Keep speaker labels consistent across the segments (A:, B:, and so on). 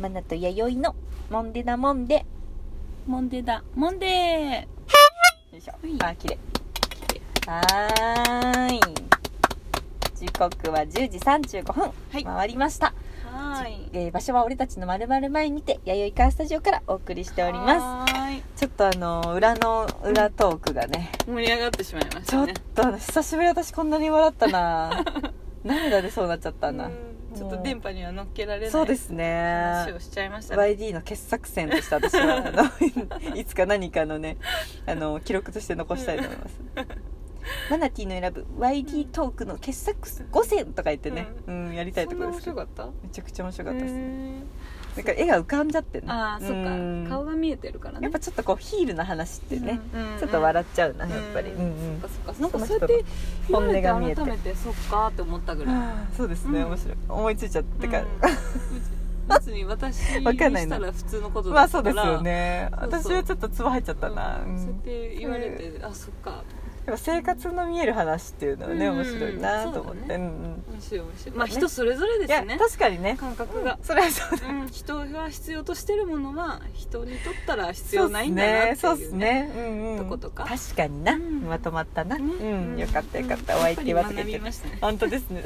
A: マナと弥生のモンデダモンデ
B: モンデーだモンデ
A: よいしょ
B: はい
A: あ綺麗はーい時刻は10時35分、
B: はい
A: 回りました、
B: ーはい
A: えー場所は俺たちのまるまる前にて弥生カースタジオからお送りしております
B: はーい
A: ちょっとあのー裏の裏トークがね、
B: 盛り上がってしまいまし
A: ちょ
B: た
A: っ
B: ね
A: とあの久しぶり私こんなに笑った な涙出そうになっちゃったな、
B: うんちょっと電波には乗っけられない
A: そうですね
B: 話をしちゃいましたね
A: YD の傑作選として私はあの いつか何かのねあの記録として残したいと思いますマナティーの選ぶ YD トークの傑作5選とか言ってね、うんやりたいところですけ
B: そん
A: ど
B: な面白かっ
A: めちゃくちゃ面白
B: た
A: かったですね
B: へー
A: なんか絵が浮かんじゃってね
B: ああそっ
A: うん
B: か顔が見えてるからね
A: やっぱちょっとこうヒールの話ってね、
B: うん
A: ちょっと笑っちゃうな
B: うん
A: やっぱり、
B: う
A: うんんうん
B: そっかそっかなんか
A: そ
B: そう
A: の
B: や
A: 人
B: っ
A: の
B: て言
A: 本
B: われ
A: 音が見え
B: て
A: て
B: 改めてそっかーって思ったぐらい
A: はあそうですね、
B: うん
A: 面白い思いついちゃったから、
B: うん別に私に
A: わかんない
B: し
A: な
B: たら普通のこと
A: ま
B: だ
A: あ
B: った
A: そ
B: か
A: うです
B: ら
A: よね
B: そうそう
A: 私はちょっとツボ入っちゃったな、
B: う
A: うん
B: んそうやっ
A: や
B: て言われてあそっか
A: っぱ生活の見える話っていうのはね、
B: うん
A: 面白いなと思っ
B: そう
A: て、
B: だ
A: う
B: ね
A: んうん
B: 面白い面白いまあ
A: ね
B: 人それぞれ
A: い
B: で
A: や、
B: すね
A: 確かにね
B: 感覚が
A: それはそうだ
B: うん人が必要としてるものは人にとったら必
A: そう
B: 要
A: っす
B: ないんだなっていう
A: そうですねうんうん
B: とことか
A: 確かにな、
B: うん
A: まとまったな、
B: ね
A: うんよかったよかった、
B: うん
A: お相手
B: やっぱ
A: 忘
B: り
A: れ
B: 学
A: て
B: び
A: た
B: ましたね
A: 本当ですね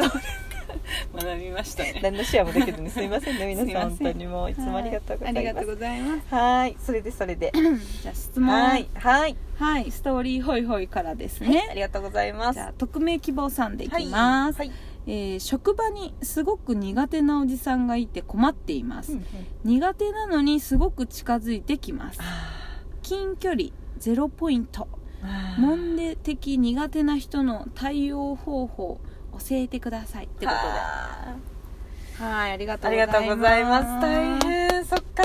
B: 学びましたね
A: 何のシェアもできずにすいませんね皆さん
B: すいません
A: 本当にもういつもありがとうござい
B: はあり
A: ま
B: がと
A: す
B: うございます
A: はいそれでそれで
B: じゃあ質問
A: はいはい
B: はいストーリーホイホイからです
A: あ
B: ね
A: りがとうございます
B: じゃあ匿名希望さんでい
A: は
B: きます
A: はい
B: えー職場にすごく苦手なおじさんがいて困っています
A: うんうん
B: 苦手なのにすごく近づいてきます近距離ゼロポイントモンデ的苦手な人の対応方法教えてくださいってこと
A: あ
B: ではいありが
A: ーありがとうございます大変そっか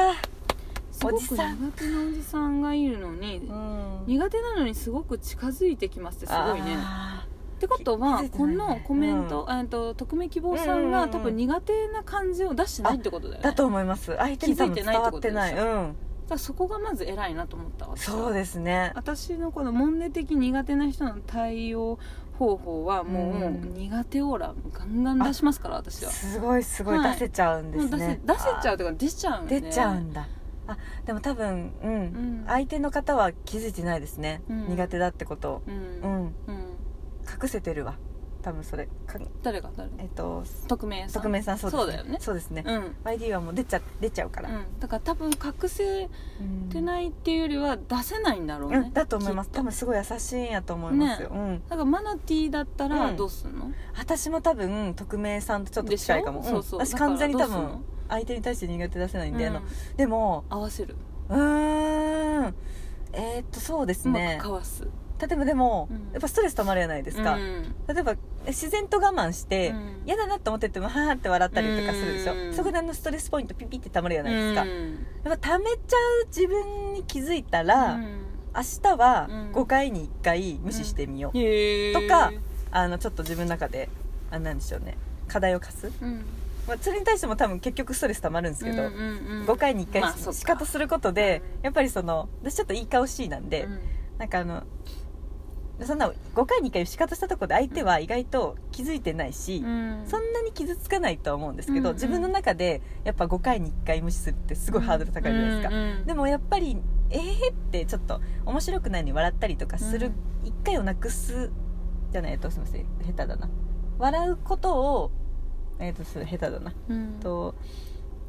B: すごく
A: おじさん
B: 苦手なおじさんがいるのに
A: ん
B: 苦手なのにすごく近づいてきますってすごいね
A: あ
B: ってことは、
A: 気づいて
B: こ
A: ないね
B: のコメント、えっと匿名希望さん
A: うんうんう
B: が
A: ん
B: 多分苦手な感じを出してないってことだよ
A: ー
B: ね
A: だと思います相手に多分
B: 気づいて
A: 伝
B: ないって
A: わ
B: こ
A: っ
B: と
A: て
B: でしょ
A: ないうん
B: だからそこがまず偉いなと思ったわ
A: そうですね
B: 私のこのモンデ的苦手な人の対応方法はもう
A: うん
B: 苦手オーラガンガン出しますから私は
A: すごいすごい
B: はい
A: 出せちゃうんで
B: もう
A: す
B: 出せ
A: ね
B: 出せちゃうというか出ちゃ
A: あ
B: うん
A: 出
B: で
A: ちゃうんだあでも多分う
B: うんん
A: 相手の方は気づいてないですね
B: うん
A: 苦手だってことを
B: う、
A: うんん
B: うん、
A: 隠せてるわ多分それか
B: 誰が誰
A: えっと
B: 匿名さん
A: 匿名さんそうです
B: そうだよね
A: そうですね
B: うん、う
A: YD はもう出ちゃ出ちゃうから
B: ん、だから多分隠せ
A: うん
B: てないっていうよりは出せないんだろうね、
A: うんだと思います
B: きっ
A: 多分すごい優しいんやと思いますようん
B: だからマナティーだった
A: う
B: ら
A: ん
B: どうすんの、
A: 私も多分匿名さんとちょっと
B: でしょ
A: 近いかもうん
B: そうそう
A: 私
B: だから
A: 完全に多
B: どうすん
A: 分
B: の
A: 相手に対して苦手出せないんであの
B: うん
A: でも
B: 合わせる
A: うーんえーっとそうです
B: うま
A: ね
B: くかわす、
A: 例えばでも、
B: うん
A: やっぱストレス溜まるじゃないですか、
B: うん
A: 例えば自然と我慢して、
B: うん
A: 嫌だなと思っててもはーって笑ったりとかするでしょ、
B: うん
A: そこであのストレスポイントピピって溜まるじゃないですか、
B: うん
A: やっぱ溜めちゃう自分に気づいたら、
B: うん
A: 明日は
B: うん
A: 5回に1回無視してみよう、
B: へー
A: とかあのちょっと自分の中であなんでしょうね課題を課す、
B: うん
A: まあ、それに対しても多分結局ストレス溜まるんですけど、
B: うんうんうん
A: 5回に1回
B: まあ
A: し
B: そっか
A: 仕方することで、
B: うん
A: やっぱりその私ちょっといい顔 C なんで、
B: うん
A: なんかあのそんな5回2回仕方したところで相手は意外と気づいてないし、
B: うん
A: そんなに傷つかないとは思うんですけど、
B: うん
A: 自分の中でやっぱ5回に1回無視するってすごいハードル高いじゃないですか、
B: うんうん
A: でもやっぱりえーってちょっと面白くないのに笑ったりとかする、一1回をなくすじゃないえっとすいません下手だな笑うことをえっとそれ下手だな
B: うん
A: と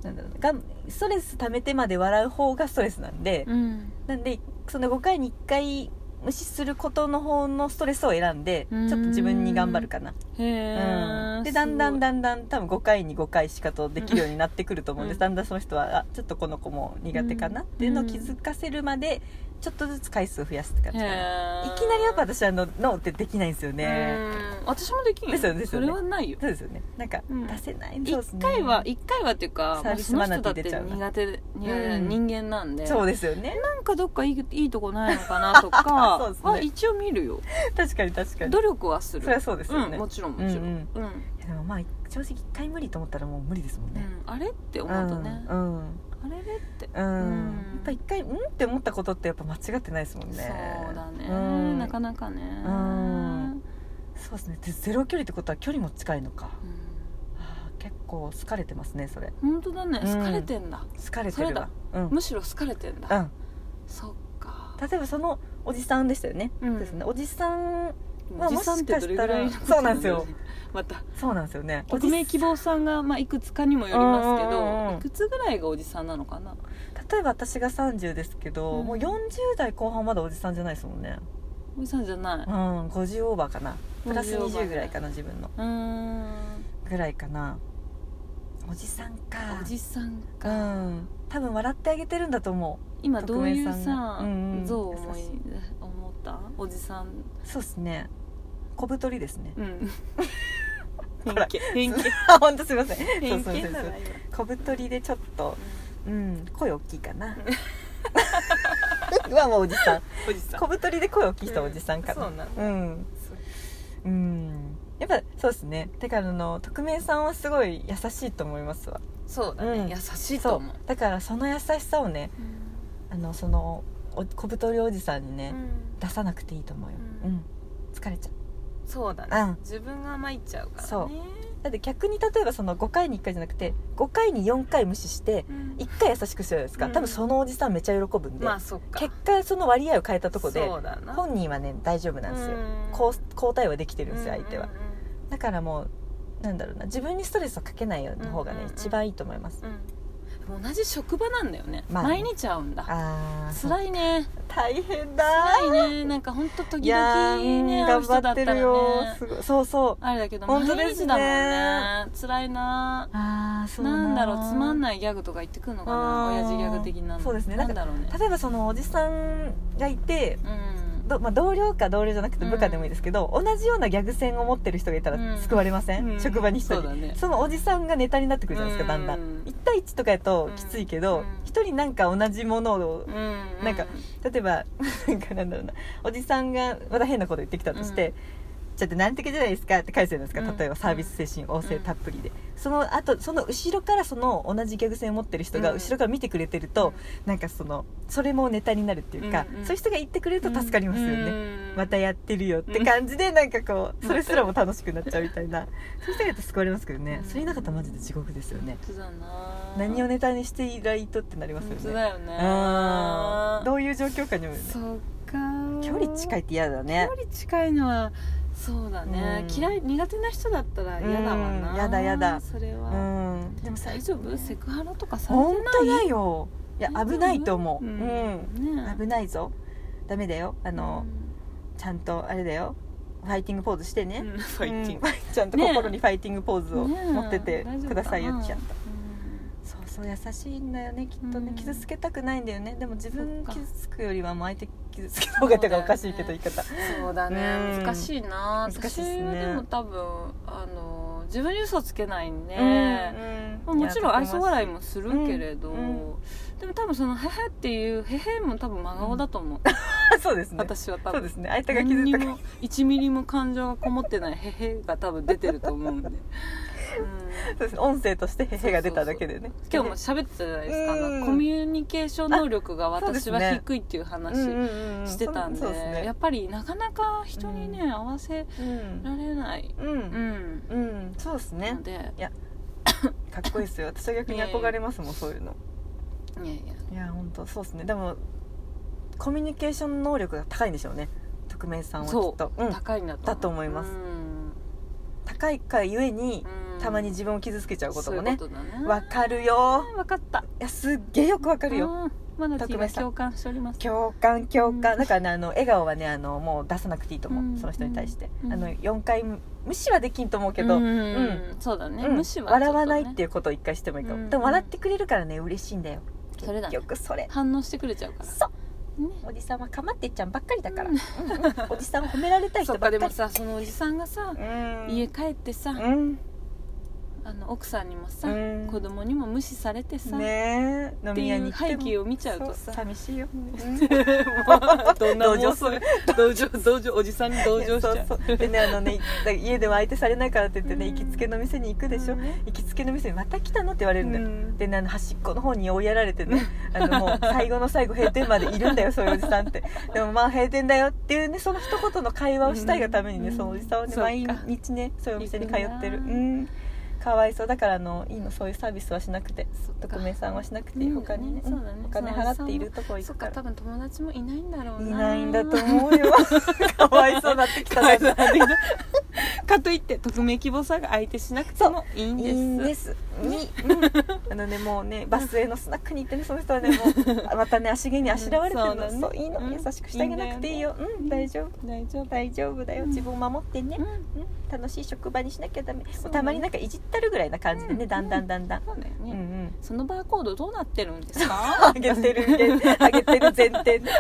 A: なんだろうながストレス溜めてまで笑う方がストレスなんで、
B: うん
A: なんでその5回に1回無視することの方のストレスを選んでち
B: う
A: ょ
B: ー
A: っ
B: ん
A: と自分に頑張るかな、
B: へえ、
A: うんでだんだん
B: ん
A: だんだん多分5回に5回仕方できるようになってくると思うんで
B: う
A: す、
B: ん
A: だんだんその人はあちょっとこの子も苦手かなっていうのを気づかせるまでちょっとずつ回数を増やすって感じかな、いきなりやっぱ私あのノーってできないんですよね、
B: 私もできん
A: ですよねです
B: そ
A: よね
B: れはないよ
A: そうですよねなんか
B: うん
A: 出せない、そうです
B: 一
A: ね
B: 回は一回はっていうか
A: サービス
B: まあ
A: マナ
B: その人だ
A: ティー出
B: って
A: ちゃうな
B: 苦手苦手
A: うん
B: 人間なんで
A: そうですよね
B: なんかどっかいいいいとこないのかなとか
A: そうですね
B: は一応見るよ
A: 確かに確かに
B: 努力はする
A: それはそうですよ
B: う
A: ね、
B: んもちろんもちろん
A: う
B: うんん、うん
A: いやでもまあ正直1回無理と思ったらもう無理ですもんね、
B: あれって思うとね、
A: うんうん
B: あれれって、
A: うん
B: うん
A: やっぱ一回うんって思ったことってやっぱ間違ってないですもんね
B: そうだね、
A: うん
B: なかなかね、
A: んそうですねでゼロ距離ってことは距離も近いのか
B: うん
A: あー結構好かれてますねそれ
B: 本当だね
A: うん
B: 好かれてんだ、
A: 好かれてるわうん、うん、
B: むしろ好かれてんだ、
A: 例
B: そっか
A: えばそのおじさんでしたよね、
B: うん
A: ですねおじさんまあ
B: おじさんってどれぐらいの
A: もしかしたらそうなんですよ
B: また
A: そうなんですよね
B: 匿名希望さんが、まあ、いくつかにもよりますけ
A: うんうんうんうん
B: どいくつぐらいがおじさんなのかな
A: 例えば私が30ですけど、
B: うん
A: もう40代後半まだおじさんじゃないですもんね
B: おじさんじゃないう
A: う、ん50オーバーかなプラス
B: 50オーバー
A: 20ぐらいかな自分の
B: ーん
A: ぐらいかなおじさんか
B: おじさん
A: う
B: か
A: ん多分笑ってあげてるんだと思う
B: 今どういう
A: 匿名さ
B: さ
A: んがうんうん
B: 像を思
A: 優
B: い
A: し
B: 思ったおじさん
A: そうですね小太りですね
B: うん
A: ほら
B: 偏見偏見
A: あ 本当すいませんそうそうそう
B: 偏見だな今
A: 小太りでちょっとうん声大きいかな はもうおじさん
B: おじさん
A: 小太りで声大きい人はおじさんかな
B: うんそうなん
A: う
B: だ
A: んうんやっぱそうですねてかあの匿名さんはすごい優しいと思いますわ
B: そうだね、
A: うん
B: 優しいと
A: そ
B: 思う
A: うだからその優しさをねあのそのお小太りおじさんにね、
B: うん
A: 出さなくていいと思うよ、う
B: うんん
A: 疲れちゃう
B: そうだね、
A: うん
B: 自分が参っちゃうからね
A: そうだって逆に例えばその5回に1回じゃなくて5回に4回無視して
B: うん
A: 1回優しくしようですか、
B: うん
A: 多分そのおじさんめっちゃ喜ぶんで、
B: まあそっか
A: 結果その割合を変えたとこで
B: そうだな
A: 本人はね大丈夫なんですよ、こう交代はできてるんですよ相手は、だからもうなんだろうな自分にストレスをかけないような方がね、
B: うんうんうん
A: 一番いいと思います、
B: うんうんうんうん同じ職場なんだよね,、
A: まあね
B: 毎日会うんだ
A: ああ
B: 辛いね
A: 大変だ
B: 辛いねなんか本当時
A: いや
B: 々
A: ー、
B: ね
A: うん
B: 会
A: 頑
B: う
A: 張
B: 人だ
A: っ
B: った
A: て
B: ら
A: る
B: ね
A: よすごいそうそう
B: あれだけど
A: 本当で
B: 毎
A: すね
B: 日だもんね辛いな
A: ああそ
B: なんだろうつまん
A: い
B: ないギャグとか言ってくんのか
A: あ
B: な
A: ー
B: 親父ギャグ的なの
A: そうですねな
B: な
A: か
B: んんだろうね
A: 例えばそのおじさんがいて
B: うん
A: ど、まあ、同僚か同僚じゃなくて部下でもいいですけど、同じようなギャグ線を持ってる人がいた
B: う
A: ら
B: ん
A: 救われません、
B: うん
A: 職場に一人、
B: そうだね
A: そのおじさんがネタになってくるじゃないですか、だんだ
B: うんん
A: 1対1とかやときついけ
B: う
A: ど
B: ん
A: 一、人なんか同じものを
B: うん
A: なんか例えばなんかなんだろうなおじさんがまた変なこと言ってきたとして、ちょっと難敵じゃないですかって返すじゃないですか、
B: うん
A: 例えばサービス精神旺盛たっぷりで、その後その後ろからその同じギャグ線を持ってる人が
B: うん
A: 後ろから見てくれてると、なんかそのそれもネタになるっていうか、
B: うんうん
A: そういう人が言ってくれると助かりますよね、
B: うん
A: またやってるよって感じでなんかこう
B: うん
A: それすらも楽しくなっちゃうみたいなそういう人がいると救われますけどね、
B: うん
A: それなかったらマジで地獄ですよね
B: 本当だな
A: 何をネタにしていないとってなりますよ
B: 本
A: ね
B: 当だよね
A: うんどういう状況下にもよるね
B: そっか
A: 距離近いって嫌だね
B: 距離近いのはそうだね、
A: うん
B: 嫌い苦手な人だったら嫌だわな、
A: うんやだやだ
B: それ
A: う
B: は、
A: んでも
B: 大丈夫セクハラとかされ
A: 本
B: て
A: 当だよいや
B: ない
A: 危ないと思う、うん
B: ね
A: 危ないぞダメだよあ
B: あ
A: の、ちゃんとあれだよファイティングポーズしてね、
B: ファイティング、
A: うんちゃんと心にファイティングポーズを
B: ねえ
A: 持っててくださいよ
B: 大丈夫かな
A: っちゃんと
B: うん
A: そうそう優しいんだよねきっとね、
B: うん
A: 傷つけたくないんだよねでも自分
B: そっか
A: 傷つくよりはもう相手傷つけた方がってか
B: そう
A: おか
B: だよね
A: しいけど言い方、
B: そうだ
A: う
B: ね、
A: ん
B: 難しいな
A: 難しいっすね
B: 私はでも多分あの自分に嘘つけないんで、
A: う
B: まあもちろん愛想笑い
A: も
B: もするけれど、
A: うんう
B: でも多分その「へへ」っていう「へへ」も多分真顔だと思う、
A: そう ですね
B: 私は
A: そ
B: 多
A: う
B: 分
A: ですね相手が傷つ
B: 何に
A: いたか
B: も1ミリも感情がこもってない「へへ」が多分出てると思うんで、うん
A: そうですね音声としてへへが出ただけでね
B: 今日も喋ってたじゃないですか、あの
A: うん
B: コミュニケーション能力が私は
A: あそうですね
B: 低いっていう話
A: 話
B: してたんで,、
A: そうですね
B: やっぱりなかなか人にね、合わせられない、
A: うん
B: う、ん
A: うんうん、そうですね
B: ので
A: かっこいいですよ私は逆に憧れますもんそういうの
B: いやいや
A: いや本当そうですねでもコミュニケーション能力が高いんでしょうね匿名さんはきっ
B: そ
A: と
B: う、
A: うん、
B: 高いんだと
A: だと思います
B: うん
A: 高いかゆえに
B: うん
A: たまに自分を傷つけちゃうこともね
B: そういうことだね
A: わかるよ
B: 分かった
A: いやすっげえよくわかるよ
B: うんマナティ
A: 特
B: ーが
A: 別さ
B: 共感しております
A: 共感共感、
B: うん
A: だからねあの笑顔はねあのもう出さなくていいと思う、
B: うん
A: その人に対して、
B: うん
A: あの4回無視はできんと思うけど、
B: うん
A: う
B: そうだね、
A: うん
B: 無視はちょっとね
A: 笑わないっていうことを一回してもいいかも、
B: うん
A: でも笑ってくれるからね嬉しいんだよ
B: それだね
A: 結局それ
B: 反応してくれちゃうから
A: そう
B: ね
A: おじさんはかまってっちゃんばっかりだから、
B: うん
A: うんうんおじさんを褒められたい人
B: そ
A: ば
B: っ
A: っか
B: か
A: り
B: でもさそのおじさんがさ、
A: うん
B: 家帰ってさ、
A: うん
B: あの奥さんにもさ、
A: うん
B: 子供にも無視されてさ、
A: ねえ飲
B: って
A: み屋
B: い
A: に
B: う
A: 行って
B: 背
A: も
B: 景を見ちゃうと
A: そ
B: さ
A: 寂しいよ、
B: どんな妄想同情同情おじさんに同情しちゃう
A: そうそうでねあのねだから家では相手されないからって言ってね、行きつけの店に行くでしょ、
B: うん
A: 行きつけの店にまた来たのって言われるんだよ、
B: うん
A: でねあの端っこの方に追いやられてねあのもう最後の最後閉店までいるんだよ そういうおじさんってでもまあ閉店だよっていうねその一言の会話をしたいがためにね、
B: うん
A: そのおじさんをね
B: そうか
A: 毎日ねそういうお店に通ってる
B: 行
A: う
B: くなん
A: かわいそうだからあのいいのそういうサービスはしなくて
B: そっか
A: 匿名さんはしなくて
B: うん
A: 他にね,、
B: そうだね
A: お金払っているとこ行
B: そ
A: く
B: っ
A: か
B: から多分友達もいないんだろう
A: い
B: ない
A: ないんだと思う よかわいそうになってきた
B: かわいそうかといって匿名希望さんが相手しなくてもいいん
A: い
B: です
A: いんです に、あのねもうねバスへのスナックに行ってねその人はねも うまたね足毛にあしらわれてるの、
B: うんそうだね
A: そういいの、
B: うん
A: 優しくしてあげなくていいようん大丈夫
B: 大丈夫
A: 大丈夫だよ
B: うん
A: 自分を守ってね、
B: う
A: うんん楽しい職場にしなきゃダメ、
B: そうね
A: たまになんかいじったるぐらいな感じでね、
B: うん
A: だんだんだんだん、
B: そうだよ
A: う
B: ね、
A: んうん
B: そのバーコードどうなってるんです か
A: あげてる あげてる前提ね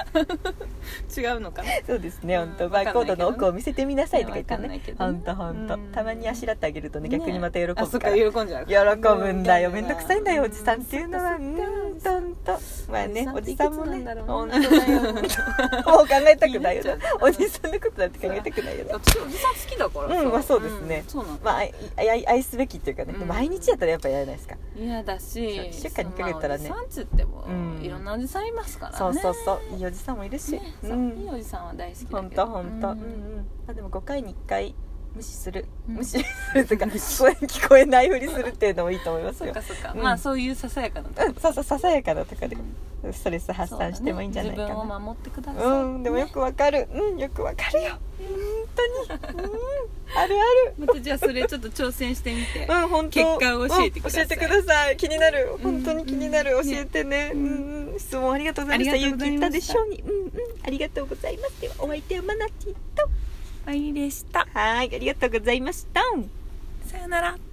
B: 違うのかな
A: そうですね
B: うん
A: 本当
B: わか
A: バ
B: ん
A: ー
B: ない
A: コードの
B: けどね
A: 奥を見せてみなさいとか言って
B: わかんない
A: ね
B: けどね
A: 本当本
B: う
A: 当
B: ん
A: たまにあしらってあげるとね逆にまた喜ぶ
B: ねあそっ
A: か
B: から喜んじゃう
A: 喜ぶんだよ
B: う
A: 面倒くさいんだよおじさんっていうのはう
B: そっか
A: んとんとまあねお
B: お
A: じ
B: じ
A: さ
B: さ
A: ん
B: ん
A: もね
B: っていくつなんだろ
A: 本
B: う
A: 当
B: な
A: だよもう考えたくないよ
B: 気になっちゃう
A: おじさんのことなんて考えたくないよ
B: 私おじさん好きだからさ
A: うんまあそうですね
B: んそうなんだ
A: まあ愛愛愛すべきっていうかね
B: うん
A: 毎日やったらやっぱやらないですか
B: 嫌だし
A: そう一週間にかけたらね
B: そんなおじさんっつっても、
A: うん
B: いろんなおじさんいますからね
A: そうそうそういいおじさんもいるし
B: ね
A: う
B: そう、いい
A: ん
B: おじさんは大好きだけど
A: 本当本当
B: う
A: うんんうんあでも5回に1回無視する
B: うん
A: 無視するとか聞こえ 聞こえないふりするっていうのもいいと思います
B: そっ
A: よ
B: かそっか、
A: うん
B: まあそういうささやかなとこ
A: うんそうそうささやかなとかで
B: うん
A: ストレス発散してもいいんじゃないか
B: そうだね自
A: な
B: 分を守ってください、
A: うんでもよくわかるうんよくわかるよ本当にうんあるある
B: またじゃあそれちょっと挑戦してみて、
A: うん本当
B: 結果を教えてくださ
A: う
B: い
A: ん教えてください気になる
B: ん
A: 本当に気になる
B: うん
A: 教えてね
B: う
A: うんんうん質問ありがとうございました
B: ありがとう
A: 勇
B: ござ
A: 気
B: い
A: いっ
B: ました
A: たでしょうにうんうんありがとうございますではお相手はマナティと
B: はいでした
A: はいありがとうございました
B: さよなら